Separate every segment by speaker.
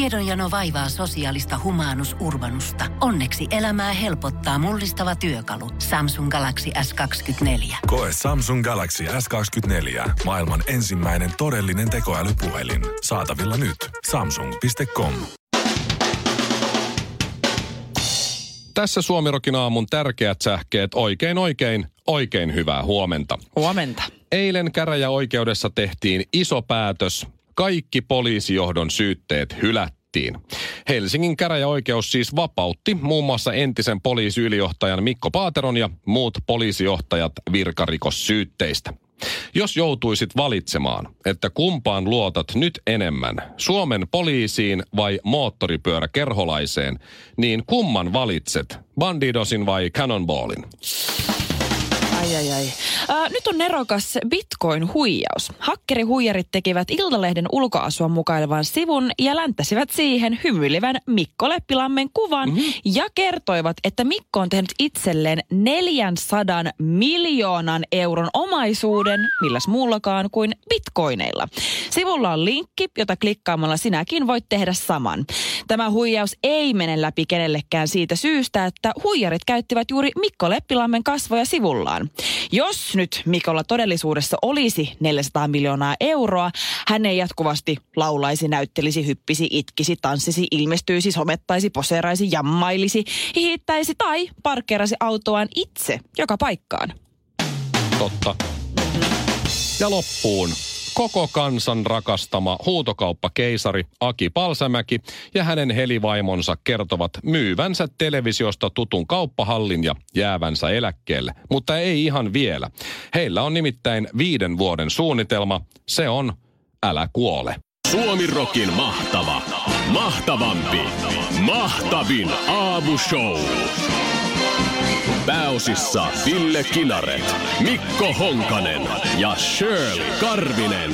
Speaker 1: Tiedonjano vaivaa sosiaalista humanus urbanusta. Onneksi elämää helpottaa mullistava työkalu. Samsung Galaxy S24.
Speaker 2: Koe Samsung Galaxy S24. Maailman ensimmäinen todellinen tekoälypuhelin. Saatavilla nyt. Samsung.com.
Speaker 3: Tässä Suomirokin aamun tärkeät sähkeet. Oikein oikein, oikein hyvää huomenta.
Speaker 4: Huomenta.
Speaker 3: Eilen käräjäoikeudessa tehtiin iso päätös. Kaikki poliisijohdon syytteet hylättiin. Helsingin käräjäoikeus siis vapautti muun muassa entisen poliisiylijohtajan Mikko Paateron ja muut poliisijohtajat virkarikossyytteistä. Jos joutuisit valitsemaan, että kumpaan luotat nyt enemmän, Suomen poliisiin vai moottoripyöräkerholaiseen, niin kumman valitset, Bandidosin vai Cannonballin?
Speaker 4: Ai ai ai. Äh, nyt on nerokas bitcoin-huijaus. Hakkerihuijarit tekivät Iltalehden ulkoasua mukailevan sivun ja länttäsivät siihen hymyilevän Mikko Leppilammen kuvan mm-hmm. ja kertoivat, että Mikko on tehnyt itselleen 400 miljoonan euron omaisuuden, milläs muullakaan kuin bitcoineilla. Sivulla on linkki, jota klikkaamalla sinäkin voit tehdä saman. Tämä huijaus ei mene läpi kenellekään siitä syystä, että huijarit käyttivät juuri Mikko Leppilammen kasvoja sivullaan. Jos nyt Mikolla todellisuudessa olisi 400 miljoonaa euroa, hän ei jatkuvasti laulaisi, näyttelisi, hyppisi, itkisi, tanssisi, ilmestyisi, somettaisi, poseeraisi, jammailisi, hihittäisi tai parkkeerasi autoaan itse joka paikkaan.
Speaker 3: Totta. Ja loppuun koko kansan rakastama huutokauppakeisari Aki Palsämäki ja hänen helivaimonsa kertovat myyvänsä televisiosta tutun kauppahallin ja jäävänsä eläkkeelle. Mutta ei ihan vielä. Heillä on nimittäin viiden vuoden suunnitelma. Se on Älä kuole.
Speaker 5: Suomirokin mahtava, mahtavampi, mahtavin aamushow. Pääosissa Ville Kinaret, Mikko Honkanen ja Shirley Karvinen.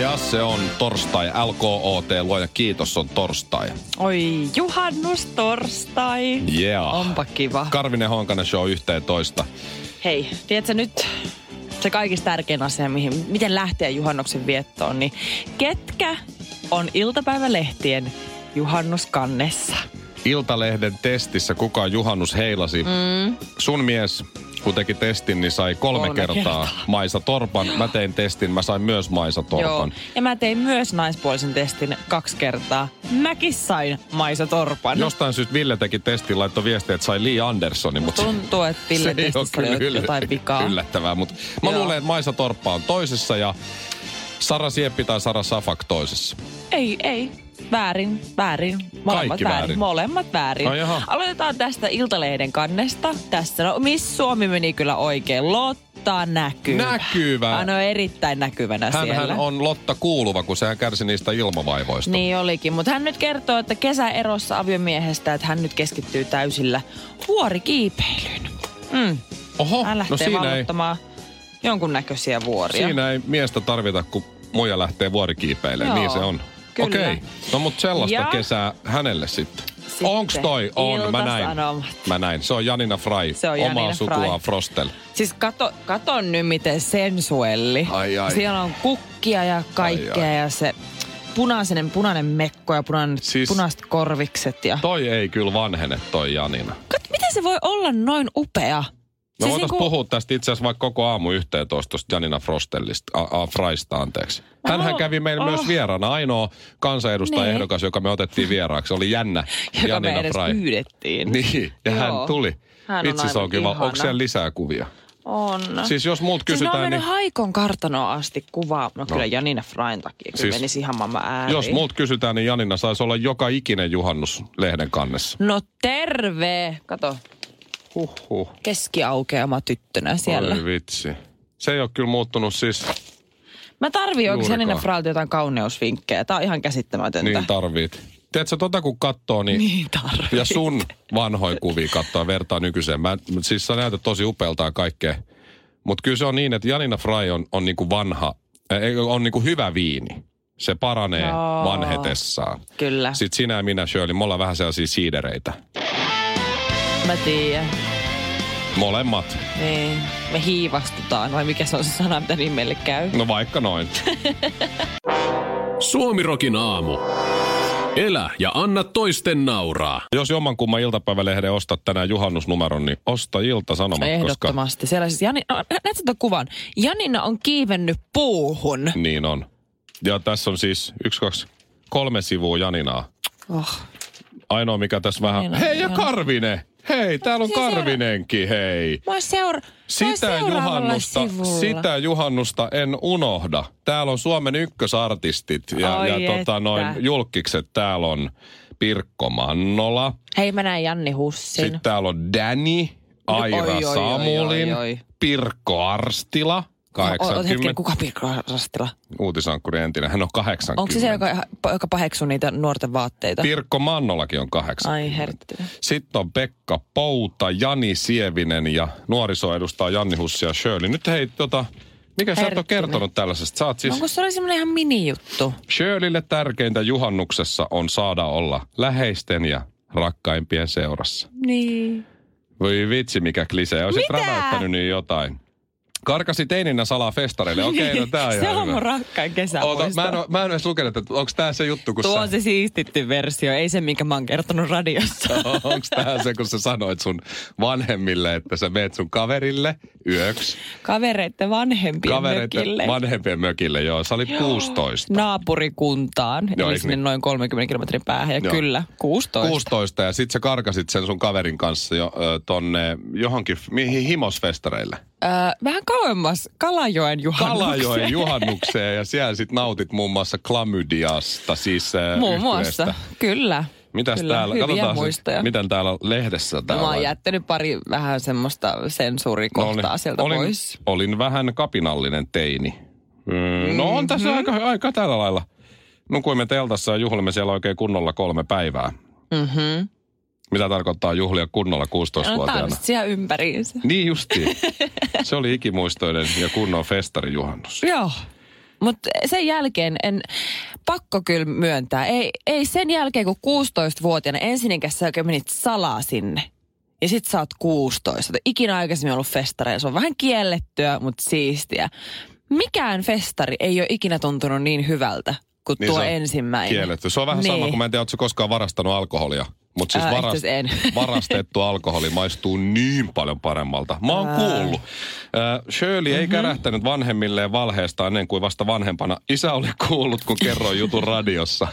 Speaker 3: Ja se on torstai, LKOT, luoja kiitos, on torstai.
Speaker 4: Oi, juhannus torstai.
Speaker 3: Yeah.
Speaker 4: Onpa kiva.
Speaker 3: Karvinen Honkanen show yhteen toista.
Speaker 4: Hei, tiedätkö nyt se kaikista tärkein asia, mihin, miten lähteä juhannuksen viettoon, niin ketkä on iltapäivälehtien juhannuskannessa?
Speaker 3: Iltalehden testissä kuka Juhannus heilasi. Mm. Sun mies, kun teki testin, niin sai kolme,
Speaker 4: Kolme
Speaker 3: kertaa,
Speaker 4: kertaa.
Speaker 3: Maisa Torpan. Mä tein testin, mä sain myös Maisa Torpan.
Speaker 4: Ja mä tein myös naispuolisen testin kaksi kertaa. Mäkin sain Maisa Torpan.
Speaker 3: Jostain syystä Ville teki testin, laittoi viestiä, että sai Lee Andersonin, mutta
Speaker 4: Tuntuu, että
Speaker 3: se
Speaker 4: Ville
Speaker 3: ei ole
Speaker 4: testissä
Speaker 3: kyllä
Speaker 4: oli
Speaker 3: yll-
Speaker 4: jotain vikaa.
Speaker 3: yllättävää. Mutta mä
Speaker 4: Joo.
Speaker 3: luulen, että Maisa Torppa on toisessa ja Sara Sieppi tai Sara Safak toisessa.
Speaker 4: Ei, ei. Väärin, väärin. Molemmat
Speaker 3: Kaikki väärin.
Speaker 4: Molemmat väärin.
Speaker 3: Ai jaha.
Speaker 4: Aloitetaan tästä Iltalehden kannesta. Tässä, no Miss Suomi meni kyllä oikein. Lotta näkyvä.
Speaker 3: Näkyvä.
Speaker 4: Hän on erittäin näkyvänä
Speaker 3: Hän,
Speaker 4: siellä.
Speaker 3: hän on Lotta Kuuluva, kun sehän kärsi niistä ilmavaivoista.
Speaker 4: Niin olikin, mutta hän nyt kertoo, että kesäerossa aviomiehestä, että hän nyt keskittyy täysillä vuorikiipeilyyn. Mm.
Speaker 3: Oho, no
Speaker 4: Hän lähtee no
Speaker 3: siinä ei,
Speaker 4: vallottamaan jonkunnäköisiä vuoria.
Speaker 3: siinä ei miestä tarvita, kun muija lähtee vuorikiipeilemään.
Speaker 4: Joo,
Speaker 3: Niin se on.
Speaker 4: kyllä.
Speaker 3: Okei, no mutta sellaista
Speaker 4: Ja-
Speaker 3: kesää hänelle sitten.
Speaker 4: Sitten
Speaker 3: Onks toi? On, mä näin.
Speaker 4: Ilta-Sanomat.
Speaker 3: Mä näin. Se on Janina Fry,
Speaker 4: Se on
Speaker 3: omaa
Speaker 4: Janina
Speaker 3: sukuaan
Speaker 4: Fry.
Speaker 3: Frostel.
Speaker 4: Siis kato, kato nyt miten sensuelli.
Speaker 3: Ai, ai.
Speaker 4: Siellä on kukkia ja kaikkea
Speaker 3: Ai,
Speaker 4: ai, ai. ja se punainen, punainen mekko ja punainen,
Speaker 3: Siis-
Speaker 4: siis... punaiset korvikset. Ja...
Speaker 3: Toi ei kyllä vanhene, toi Janina.
Speaker 4: Kato, miten se voi olla noin upea? Siis niinku
Speaker 3: Me voitaisiin No puhua tästä itse asiassa vaikka koko aamu yhteen tuosta tuosta Janina Frostellista, a, a, Fraista anteeksi. Hänhän
Speaker 4: Oh,
Speaker 3: kävi meillä myös
Speaker 4: oh. Niin.
Speaker 3: vieraana, ainoa kansanedustaja ehdokas, joka me otettiin vieraaksi. Oli jännä
Speaker 4: joka me
Speaker 3: Janina
Speaker 4: edes
Speaker 3: Fry.
Speaker 4: pyydettiin.
Speaker 3: Niin, ja hän
Speaker 4: Joo.
Speaker 3: tuli.
Speaker 4: Hän on
Speaker 3: Itse se on
Speaker 4: aivan
Speaker 3: kiva.
Speaker 4: ihana.
Speaker 3: Onko siellä lisää kuvia?
Speaker 4: On.
Speaker 3: Siis jos muut
Speaker 4: Siis ne on
Speaker 3: kysytään,
Speaker 4: mennyt
Speaker 3: niin...
Speaker 4: Haikon kartanoa asti kuvaa. No, kyllä Janina Frain takia. Kyllä
Speaker 3: Siis-
Speaker 4: siis, menisi ihan maailman ääriin.
Speaker 3: Jos muut kysytään, niin Janina saisi olla joka ikinen juhannus lehden kannessa.
Speaker 4: No terve! Kato,
Speaker 3: Huhhuh.
Speaker 4: keskiaukeama tyttönä siellä.
Speaker 3: Oi vitsi. Se ei ole kyllä muuttunut siis,
Speaker 4: Mä tarvii oikein
Speaker 3: Juurikaan.
Speaker 4: Janina Fraalta jotain kauneusvinkkejä. Tää on ihan käsittämätöntä.
Speaker 3: niin tarvit. Tiedätkö, tota kun katsoo, niin
Speaker 4: Niin tarvii.
Speaker 3: Ja sun vanhoja kuvia katsoa vertaa nykyiseen. Mä, siis sä näytät tosi upealta ja kaikkea. Mutta kyllä se on niin, että Janina Fry on, on niinku vanha, ä, ei, on niinku hyvä viini. Se paranee
Speaker 4: Joo.
Speaker 3: vanhetessaan.
Speaker 4: Kyllä, Sit...
Speaker 3: Sitten sinä ja minä, Shirley, me ollaan vähän sellaisia siidereitä.
Speaker 4: mä tiedän.
Speaker 3: Molemmat.
Speaker 4: Niin. Me hiivastutaan, vai mikä se on se sana, mitä niin meille käy?
Speaker 3: No vaikka noin.
Speaker 5: Suomirokin aamu. Elä ja anna toisten nauraa.
Speaker 3: Jos jommankumman iltapäivälehden ostat tänään juhannusnumeron, niin osta ilta-sanomat, koska
Speaker 4: Ehdottomasti. Siellä siis Jani, no, nä- näet sitä kuvan. Janina on kiivennyt puuhun.
Speaker 3: niin on. Ja tässä on siis yksi, kaksi, kolme sivua Janinaa.
Speaker 4: Oh.
Speaker 3: Ainoa mikä tässä vähän...
Speaker 4: Janina,
Speaker 3: Hei ja
Speaker 4: joo.
Speaker 3: Karvinen! Hei, täällä on
Speaker 4: Siis seura-
Speaker 3: Karvinenkin, hei!
Speaker 4: Mä oon seura- mä oon
Speaker 3: Sitä
Speaker 4: seuraavalla
Speaker 3: juhannusta,
Speaker 4: sivulla.
Speaker 3: sitä juhannusta en unohda. Täällä on Suomen ykkösartistit ja,
Speaker 4: Ai
Speaker 3: ja tota
Speaker 4: että.
Speaker 3: noin julkikset. Täällä on Pirkko Mannola.
Speaker 4: Hei, mä näin Janni Hussin.
Speaker 3: Sitten täällä on Danny,
Speaker 4: No Oi,
Speaker 3: Aira
Speaker 4: oi, oi,
Speaker 3: Samulin,
Speaker 4: oi, oi.
Speaker 3: Pirkko Arstila,
Speaker 4: No, O- o- hetken,
Speaker 3: 80.
Speaker 4: kuka Pirkko Rastila?
Speaker 3: Uutisankkuri entinen, hän on 80.
Speaker 4: Onko se se, joka, joka paheksuu niitä nuorten vaatteita?
Speaker 3: Pirkko Mannolakin on 80.
Speaker 4: Ai herttu.
Speaker 3: Sitten on Pekka Pouta, Jani Sievinen ja nuoriso edustaa Janni Hussi ja Shirley. Nyt hei, tota, mikä sä et ole
Speaker 4: Herttinen.
Speaker 3: kertonut tällaisesta? Sä oot siis...
Speaker 4: No, kun se oli semmoinen ihan minijuttu.
Speaker 3: Shirleylle tärkeintä juhannuksessa on saada olla läheisten ja rakkaimpien seurassa.
Speaker 4: Niin.
Speaker 3: Voi vitsi, mikä klisee. Olisit
Speaker 4: Mitä?
Speaker 3: räväyttänyt niin jotain. Karkasi teininä salaa festareille. Okei, no tää on
Speaker 4: se
Speaker 3: ihan
Speaker 4: on mun
Speaker 3: hyvä.
Speaker 4: rakkain kesä.
Speaker 3: Oota, mä en, oo- mä en edes lukenut, että onko tää se juttu, kun
Speaker 4: Tuo on
Speaker 3: sä...
Speaker 4: se siistitty versio, ei se, minkä mä oon kertonut radiossa.
Speaker 3: Onko tää se, kun sä sanoit sun vanhemmille, että sä meet sun kaverille yöksi?
Speaker 4: Kavereitten vanhempien
Speaker 3: Kavereiden
Speaker 4: mökille.
Speaker 3: vanhempien mökille, joo. Sä olit 16.
Speaker 4: naapurikuntaan,
Speaker 3: Joo,
Speaker 4: joo,
Speaker 3: eikö
Speaker 4: eli sinne
Speaker 3: niin?
Speaker 4: noin 30 kilometrin päähän. Ja
Speaker 3: Joo.
Speaker 4: kyllä, 16.
Speaker 3: 16 ja sit sä karkasit sen sun kaverin kanssa jo, ö, tonne johonkin, f- mihin himosfestareille?
Speaker 4: Öö, vähän kauemmas Kalajoen juhannukseen.
Speaker 3: Kalajoen juhannukseen ja siellä sit nautit muun muassa klamydiasta, siis ö,
Speaker 4: Muun
Speaker 3: yhtyeestä.
Speaker 4: muassa, kyllä.
Speaker 3: Mitäs
Speaker 4: kyllä,
Speaker 3: täällä,
Speaker 4: hyviä
Speaker 3: katsotaan
Speaker 4: muistoja.
Speaker 3: miten täällä lehdessä
Speaker 4: No,
Speaker 3: täällä No
Speaker 4: mä oon jättänyt pari vähän semmoista sensuurikohtaa sieltä
Speaker 3: niin. olin,
Speaker 4: pois.
Speaker 3: Olin vähän kapinallinen teini. Mm, no on
Speaker 4: Mm-hmm.
Speaker 3: tässä aika, aika tällä lailla. Nukuimme teltassa ja juhlimme siellä oikein kunnolla kolme päivää.
Speaker 4: Mm-hmm.
Speaker 3: Mitä tarkoittaa juhlia kunnolla
Speaker 4: No, tää on
Speaker 3: 16-vuotiaana?
Speaker 4: sit siellä ympäriinsä.
Speaker 3: Niin justiin. Se oli ikimuistoinen ja kunnon festarijuhannus.
Speaker 4: Joo. Mutta sen jälkeen en, pakko kyllä myöntää, ei, ei sen jälkeen kun 16-vuotiaana ensinnäkäs sä oikein menit salaa sinne. Ja sit sä oot 16. Oot Ikinä aikaisemmin ollut festareilla. Se on vähän kiellettyä, mutta siistiä. Mikään festari ei ole ikinä tuntunut niin hyvältä kuin
Speaker 3: Niin
Speaker 4: tuo
Speaker 3: se on
Speaker 4: ensimmäinen.
Speaker 3: Kielletty. Se on vähän
Speaker 4: Niin.
Speaker 3: sama, kun mä en tiedä, ootko koskaan varastanut alkoholia. Mutta siis
Speaker 4: Ää, itse
Speaker 3: varas,
Speaker 4: asiassa en.
Speaker 3: varastettu alkoholi maistuu niin paljon paremmalta. Mä oon kuullut. Äh, Shirley
Speaker 4: Mhm.
Speaker 3: ei kärähtänyt vanhemmilleen valheesta ennen kuin vasta vanhempana. Isä oli kuullut, kun kerroin jutun radiossa.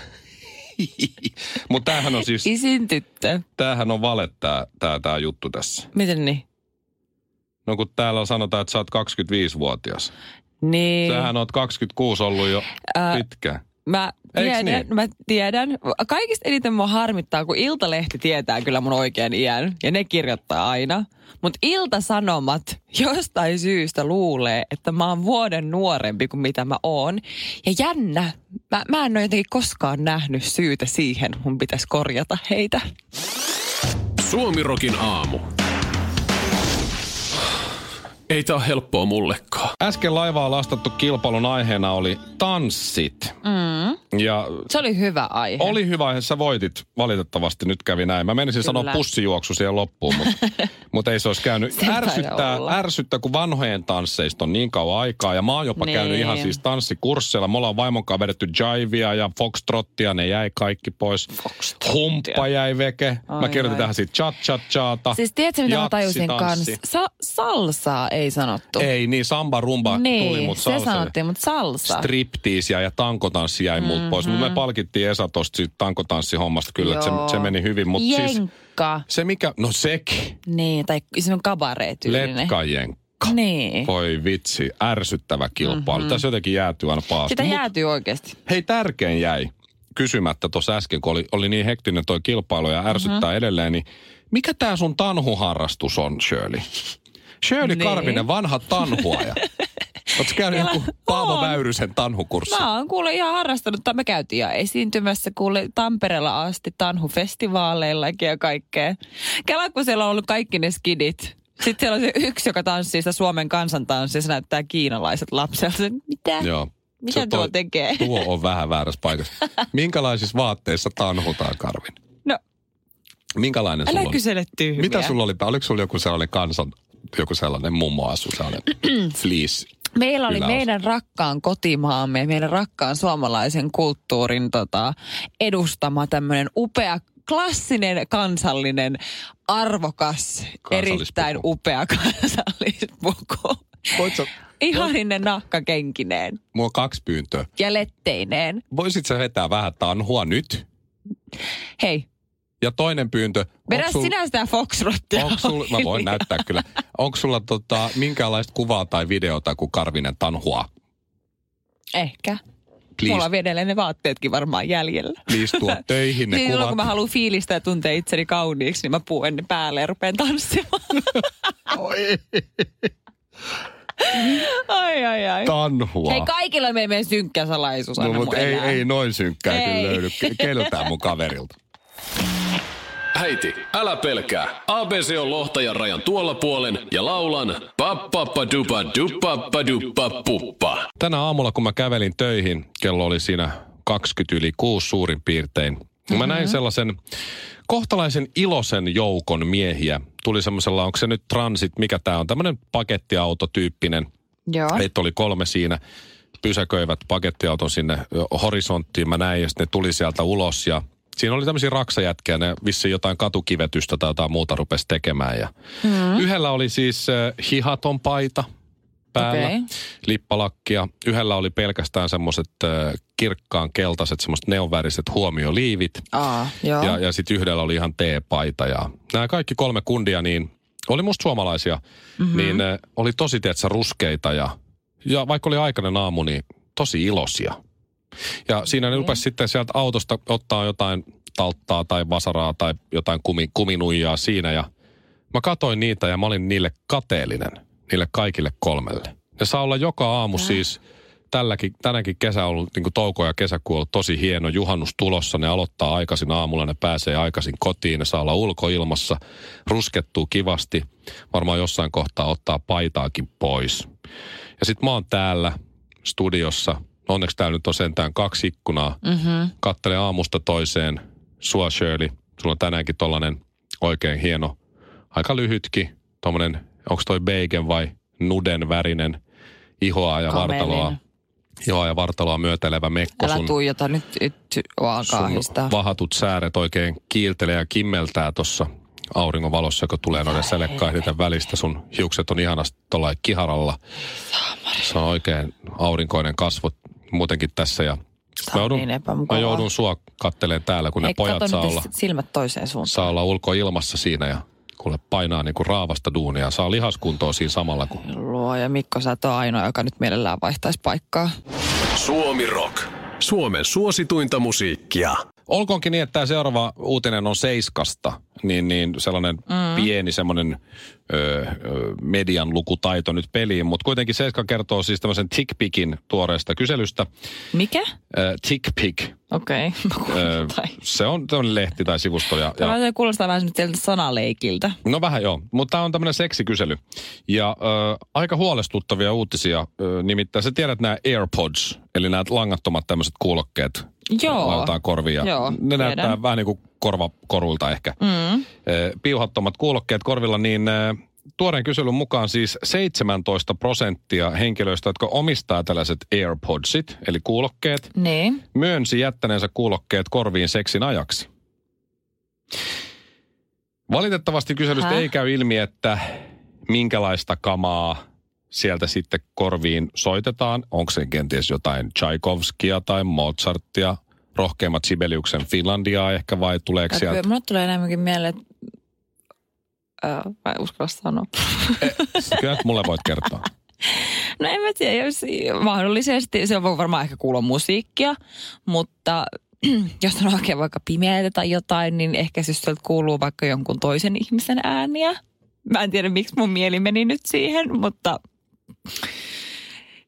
Speaker 3: Mutta tämähän on siis,
Speaker 4: Isin tyttö.
Speaker 3: tämähän on vale tää, tää, tää juttu tässä.
Speaker 4: Miten niin?
Speaker 3: No kun täällä sanotaan, että sä oot 25-vuotias.
Speaker 4: Niin.
Speaker 3: Sähän oot 26 ollut jo
Speaker 4: Ää,
Speaker 3: pitkään.
Speaker 4: Mä
Speaker 3: Eiks
Speaker 4: tiedän,
Speaker 3: niin?
Speaker 4: mä tiedän. Kaikista eniten mua harmittaa, kun Iltalehti tietää kyllä mun oikean iän. Ja ne kirjoittaa aina. Mutta Iltasanomat jostain syystä luulee, että mä oon vuoden nuorempi kuin mitä mä oon. Ja jännä, mä, mä en ole jotenkin koskaan nähnyt syytä siihen, mun pitäisi korjata heitä.
Speaker 5: Suomirokin aamu. Ei tää ole helppoa mullekaan.
Speaker 3: Äsken laivaa lastattu kilpailun aiheena oli tanssit. Mm. Ja
Speaker 4: Se oli hyvä aihe.
Speaker 3: oli hyvä aihe, sä voitit. Valitettavasti nyt kävi näin. Mä menisin sanoa
Speaker 4: Kyllä.
Speaker 3: pussijuoksu siihen loppuun, mutta, mutta ei se olisi käynyt.
Speaker 4: Se taidaan
Speaker 3: Ärsyttää,
Speaker 4: olla.
Speaker 3: ärsyttää, kun vanhojen tansseista on niin kauan aikaa. Ja mä oon jopa
Speaker 4: Niin.
Speaker 3: käynyt ihan siis tanssikursseilla. Me ollaan vaimon kanssa vedetty jivea ja foxtrottia, ne jäi kaikki pois. Humppa jäi veke. Mä
Speaker 4: Ai,
Speaker 3: kirjoitin
Speaker 4: ai.
Speaker 3: tähän siitä cha cha chata.
Speaker 4: Siis tiedätkö, mitä mä tajusin kanssa? Sa- salsaa ei sanottu.
Speaker 3: Ei niin, samba rumba
Speaker 4: niin,
Speaker 3: tuli, mutta
Speaker 4: se sanottiin, mutta salsa.
Speaker 3: striptiisiä ja tankotanssi jäi mm-hmm. muut pois. Mutta me palkittiin Esa tosta siitä tankotanssihommasta kyllä, että se,
Speaker 4: Joo.
Speaker 3: se meni hyvin. Mutta siis
Speaker 4: Jenkka.
Speaker 3: se mikä, no sekin,
Speaker 4: Niin, tai semmoinen kabareetyylinen.
Speaker 3: letkajenkka.
Speaker 4: Niin.
Speaker 3: Voi vitsi, ärsyttävä kilpailu. Mm-hmm. Tässä jotenkin jäätyy aina paasti.
Speaker 4: Sitä jäätyy oikeasti.
Speaker 3: Hei, tärkein jäi kysymättä tuossa äsken, kun oli, oli niin hektinen toi kilpailu ja ärsyttää mm-hmm. edelleen, niin mikä tämä sun tanhuharrastus on, Shirley? Shirley
Speaker 4: Niin.
Speaker 3: Karvinen, vanha tanhuaja. Oletko käynyt joku Paavo
Speaker 4: on.
Speaker 3: Väyrysen tanhukurssi?
Speaker 4: Mä oon kuule ihan harrastanut, tai me käytiin ihan esiintymässä kuule Tampereella asti tanhufestivaaleillakin ja kaikkea. Kela, kun siellä on ollut kaikki ne skidit. Sitten siellä on se yksi, joka tanssii sitä Suomen kansantanssia, ja se näyttää kiinalaiset lapselta. Se, Mitä?
Speaker 3: Joo.
Speaker 4: Mitä
Speaker 3: Se
Speaker 4: tuo tekee?
Speaker 3: Tuo on vähän väärässä paikassa. Minkälaisissa vaatteissa tanhutaan, Karvin?
Speaker 4: No,
Speaker 3: Minkälainen
Speaker 4: älä
Speaker 3: sulla oli?
Speaker 4: kysele tyhmiä.
Speaker 3: Mitä sulla oli? Oliko sulla joku sellainen kansan, joku sellainen mummoasu, sellainen fleece?
Speaker 4: Meillä oli
Speaker 3: Yläosa.
Speaker 4: meidän rakkaan kotimaamme, ja meidän rakkaan suomalaisen kulttuurin tota, edustama tämmöinen upea, klassinen, kansallinen, arvokas, erittäin upea kansallispuku.
Speaker 3: Voit sä,
Speaker 4: Ihaninen
Speaker 3: No.
Speaker 4: nahkakenkineen
Speaker 3: mulla on kaksi pyyntöä.
Speaker 4: ja letteineen.
Speaker 3: Voisit sä vetää vähän tanhua nyt?
Speaker 4: Hei,
Speaker 3: Ja toinen pyyntö.
Speaker 4: vedä
Speaker 3: onks
Speaker 4: sul...
Speaker 3: sul-
Speaker 4: sinä sitä foxrottia.
Speaker 3: Onko sulla, mä voin
Speaker 4: hiljaa.
Speaker 3: näyttää kyllä. Onko sulla tota, minkäänlaista kuvaa tai videota, kun Karvinen tanhua?
Speaker 4: Ehkä.
Speaker 3: Please.
Speaker 4: Mulla on edelleen ne vaatteetkin varmaan jäljellä.
Speaker 3: Please tuo töihin ne
Speaker 4: Silloin kun mä
Speaker 3: kuvat.
Speaker 4: haluan fiilistää ja tuntea itseni kauniiksi, niin mä puen ne päälle ja rupean tanssimaan. ai, ai, ai.
Speaker 3: Tanhua.
Speaker 4: Hei, kaikilla on meidän synkkä salaisuus.
Speaker 3: no,
Speaker 4: anna
Speaker 3: mutta
Speaker 4: mun
Speaker 3: ei,
Speaker 4: elää.
Speaker 3: ei noin synkkää ei.
Speaker 4: Ei.
Speaker 3: kyllä löydy ke- keltään mun kaverilta.
Speaker 5: Äiti, älä pelkää. ABC on lohtajan rajan tuolla puolen ja laulan pappappadupa dupapaduppa puppa.
Speaker 3: Tänä aamulla, kun mä kävelin töihin, kello oli siinä 20 yli 6 suurin piirtein. Mm-hmm. Mä
Speaker 4: Mhm.
Speaker 3: näin sellaisen kohtalaisen iloisen joukon miehiä. Tuli semmoisella, onko se nyt transit, mikä tämä on, tämmöinen pakettiautotyyppinen.
Speaker 4: Joo.
Speaker 3: Meitä oli kolme siinä, pysäköivät pakettiauton sinne ö, horisonttiin. Mä näin ja sitten ne tuli sieltä ulos ja siinä oli tämmöisiä raksajätkiä. Ne vissiin jotain katukivetystä tai jotain muuta rupesi tekemään. Ja mm. Yhdellä oli siis ö, hihaton paita päällä, okay.
Speaker 4: Okei.
Speaker 3: lippalakkia. Yhdellä oli pelkästään semmoiset ö, kirkkaan keltaiset, semmoiset neonväriset huomioliivit.
Speaker 4: Aa, joo.
Speaker 3: Ja, ja sitten yhdellä oli ihan T-paita. Ja nämä kaikki kolme kundia, niin oli musta suomalaisia, mm-hmm. niin äh, oli tosi, tietsä, ruskeita ja, ja vaikka oli aikainen aamu, niin tosi iloisia. Ja siinä ne rupesi sitten sieltä autosta ottaa jotain talttaa tai vasaraa tai jotain kumi, kuminuijaa siinä ja mä katoin niitä ja mä olin niille kateellinen, niille kaikille kolmelle. Ne saa olla joka aamu siis, tälläkin, tänäkin kesä on ollut, niin kuin touko ja kesäkuu on ollut tosi hieno juhannus tulossa. Ne aloittaa aikaisin aamulla, ne pääsee aikaisin kotiin, ne saa olla ulkoilmassa, ruskettuu kivasti. Varmaan jossain kohtaa ottaa paitaakin pois. Ja sit mä oon täällä studiossa. No Onneksi täällä nyt on sentään kaksi ikkunaa. Mm-hmm. Kattele aamusta toiseen. Sua Shirley, sulla on tänäänkin tollanen oikein hieno, aika lyhytkin, tommonen, onko toi beigen vai nuden värinen ihoa ja
Speaker 4: Kamelin.
Speaker 3: vartaloa. Joo, ja vartaloa myötelevä mekko
Speaker 4: Älä
Speaker 3: sun,
Speaker 4: tuijota nyt, nyt alkaa
Speaker 3: sun
Speaker 4: ahistaa.
Speaker 3: vahatut sääret oikein kiiltelee ja kimmeltää tuossa auringonvalossa, joka tulee noiden selekkaihdeiden välistä. Sun hiukset on ihanasti tuolla kiharalla. Se on oikein aurinkoinen kasvot muutenkin tässä ja
Speaker 4: Tää on niin epämukavaa.
Speaker 3: mä joudun sua katteleen täällä, kun ne
Speaker 4: Ei,
Speaker 3: pojat
Speaker 4: kato
Speaker 3: saa
Speaker 4: nyt
Speaker 3: olla,
Speaker 4: silmät toiseen suuntaan.
Speaker 3: saa olla ulkoilmassa siinä ja kuule painaa niin kuin raavasta duunia. Saa lihaskuntoa siinä samalla, kun
Speaker 4: Luo ja Mikko, sä et ole ainoa, joka nyt mielellään vaihtaisi paikkaa.
Speaker 5: Suomi Rock. Suomen suosituinta musiikkia.
Speaker 3: Olkoonkin niin, että tämä seuraava uutinen on Seiskasta, niin, niin sellainen mm. pieni semmoinen ö, ö, median lukutaito nyt peliin, mutta kuitenkin Seiska kertoo siis tämmöisen TickPikin tuoreesta kyselystä.
Speaker 4: Mikä?
Speaker 3: Ö, TickPick,
Speaker 4: Okei.
Speaker 3: ö,
Speaker 4: Okay.
Speaker 3: se on tämmöinen lehti tai sivusto. Ja, ja,
Speaker 4: Tämä se kuulostaa vähän sellaiselta sanaleikiltä.
Speaker 3: no vähän joo, mutta tämä on tämmöinen seksikysely. Ja ö, aika huolestuttavia uutisia, ö, nimittäin sä tiedät nämä AirPods, eli nämä langattomat tämmöiset kuulokkeet,
Speaker 4: Joo.
Speaker 3: laitetaan korviin. Ja
Speaker 4: Joo,
Speaker 3: ne
Speaker 4: tiedän.
Speaker 3: näyttää vähän niin kuin korvakorulta ehkä.
Speaker 4: Mm.
Speaker 3: Eh, piuhattomat kuulokkeet korvilla, niin eh, tuoreen kyselyn mukaan siis 17 prosenttia henkilöistä, jotka omistaa tällaiset AirPodsit, eli kuulokkeet,
Speaker 4: Niin.
Speaker 3: myönsi jättäneensä kuulokkeet korviin seksin ajaksi. Valitettavasti kyselystä
Speaker 4: Häh?
Speaker 3: ei käy ilmi, että minkälaista kamaa sieltä sitten korviin soitetaan. Onko se kenties jotain Tchaikovskia tai Mozartia, rohkeimmat Sibeliuksen Finlandiaa ehkä vai tuleeko sieltä?
Speaker 4: Sieltä. Mulle tulee enemmänkin mieleen, että... Ö, mä en uskalla sanoa.
Speaker 3: Kyllä nyt mulle voit kertoa.
Speaker 4: No en mä tiedä, jos mahdollisesti, se voi varmaan ehkä kuulla musiikkia, mutta jos on oikein vaikka pimeätä tai jotain, niin ehkä siis sieltä kuuluu vaikka jonkun toisen ihmisen ääniä. Mä en tiedä, miksi mun mieli meni nyt siihen, mutta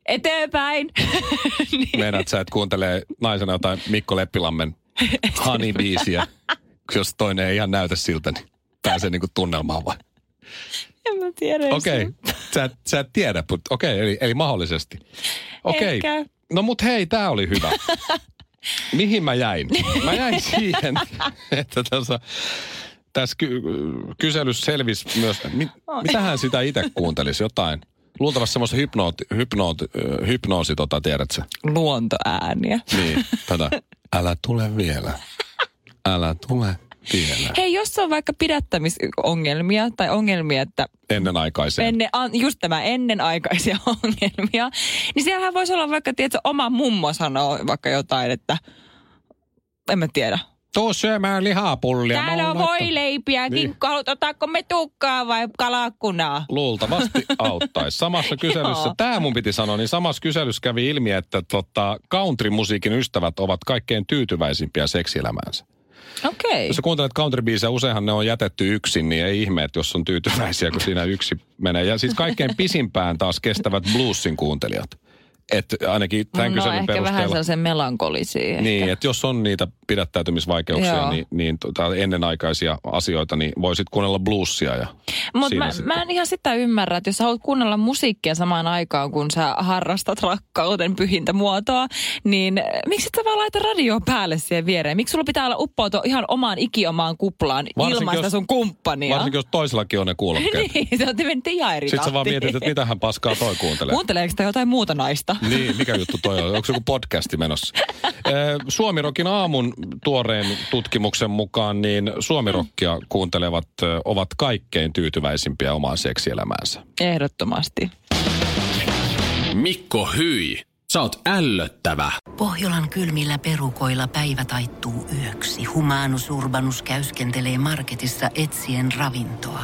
Speaker 4: eteenpäin.
Speaker 3: Meinaat sä, että kuuntelee naisena jotain Mikko Leppilammen Honey-biisiä. Jos toinen ei ihan näytä siltä, niin pääsee niinku tunnelmaan vai?
Speaker 4: en mä tiedä. jos-
Speaker 3: Okei, okay. sä, et- sä et tiedä, mutta okei, okay, eli, eli mahdollisesti. Okei, okay.
Speaker 4: Ehkä.
Speaker 3: no mut hei, tää oli hyvä. Mihin mä jäin? Mä jäin siihen, että tässä, tässä ky- kyselyssä selvisi myös, mi- mitähän sitä itse kuuntelisi, jotain Luultavasti semmoista hypnoot, hypnoot, ö, hypnoosi, tota, tiedätkö?
Speaker 4: Luontoääniä.
Speaker 3: Niin, tätä. Älä tule vielä. Älä tule vielä.
Speaker 4: Hei, jos on vaikka pidättämisongelmia tai ongelmia, että
Speaker 3: Ennenaikaiseen.
Speaker 4: enne, an, just tämä ennenaikaisia ongelmia, niin siellähän voisi olla vaikka, tiedätkö, oma mummo sanoo vaikka jotain, että en mä tiedä.
Speaker 3: Tuu syömään lihapullia. Mä
Speaker 4: Täällä
Speaker 3: oon
Speaker 4: on
Speaker 3: laittanut-
Speaker 4: voileipiä,
Speaker 3: Niin.
Speaker 4: kinkku, haluat, otaako me tukkaa vai kalakunaa?
Speaker 3: Luultavasti auttaisi. Samassa kyselyssä,
Speaker 4: Joo.
Speaker 3: tämä mun piti sanoa, niin samassa kyselyssä kävi ilmi, että tota, countrymusiikin ystävät ovat kaikkein tyytyväisimpiä seksielämäänsä.
Speaker 4: Okei.
Speaker 3: Jos sä kuuntelet countrybiisejä, useinhan ne on jätetty yksin, niin ei ihme, että jos on tyytyväisiä, kun siinä yksi menee. Ja siis kaikkein pisimpään taas kestävät bluesin kuuntelijat. Et ainakin tämän
Speaker 4: No
Speaker 3: kyselyn
Speaker 4: ehkä vähän
Speaker 3: perusteella.
Speaker 4: sellaisen melankolisia.
Speaker 3: Niin, että jos on niitä pidättäytymisvaikeuksia,
Speaker 4: Joo.
Speaker 3: niin, niin tota, ennenaikaisia asioita, niin voisit kuunnella bluesia. Ja
Speaker 4: Mutta
Speaker 3: siinä
Speaker 4: mä,
Speaker 3: sitten.
Speaker 4: mä en ihan sitä ymmärrä, että jos sä haluat kuunnella musiikkia samaan aikaan, kun sä harrastat rakkauden pyhintä muotoa, niin äh, miksi et sä vaan laita radio päälle siihen viereen? Miksi sulla pitää olla uppoutua ihan omaan ikiomaan kuplaan
Speaker 3: Varsinkin
Speaker 4: ilman sitä
Speaker 3: jos-
Speaker 4: sun kumppania?
Speaker 3: Varsinkin, jos toisellakin on ne kuulokkeet.
Speaker 4: niin, se on mennyt ihan eri
Speaker 3: Sitten sä vaan
Speaker 4: tahtiin.
Speaker 3: mietit, että mitähän paskaa toi kuuntelee.
Speaker 4: Kuunteleeko sitä jotain muuta naista?
Speaker 3: Niin, mikä juttu toi on? Onko se joku podcasti menossa? Ee, Suomirokin aamun tuoreen tutkimuksen mukaan niin Suomirokkia kuuntelevat ö, ovat kaikkein tyytyväisimpiä omaan seksielämäänsä.
Speaker 4: Ehdottomasti.
Speaker 5: Mikko Hyi, sä oot ällöttävä.
Speaker 1: Pohjolan kylmillä perukoilla päivä taittuu yöksi. Humanus Urbanus käyskentelee marketissa etsien ravintoa.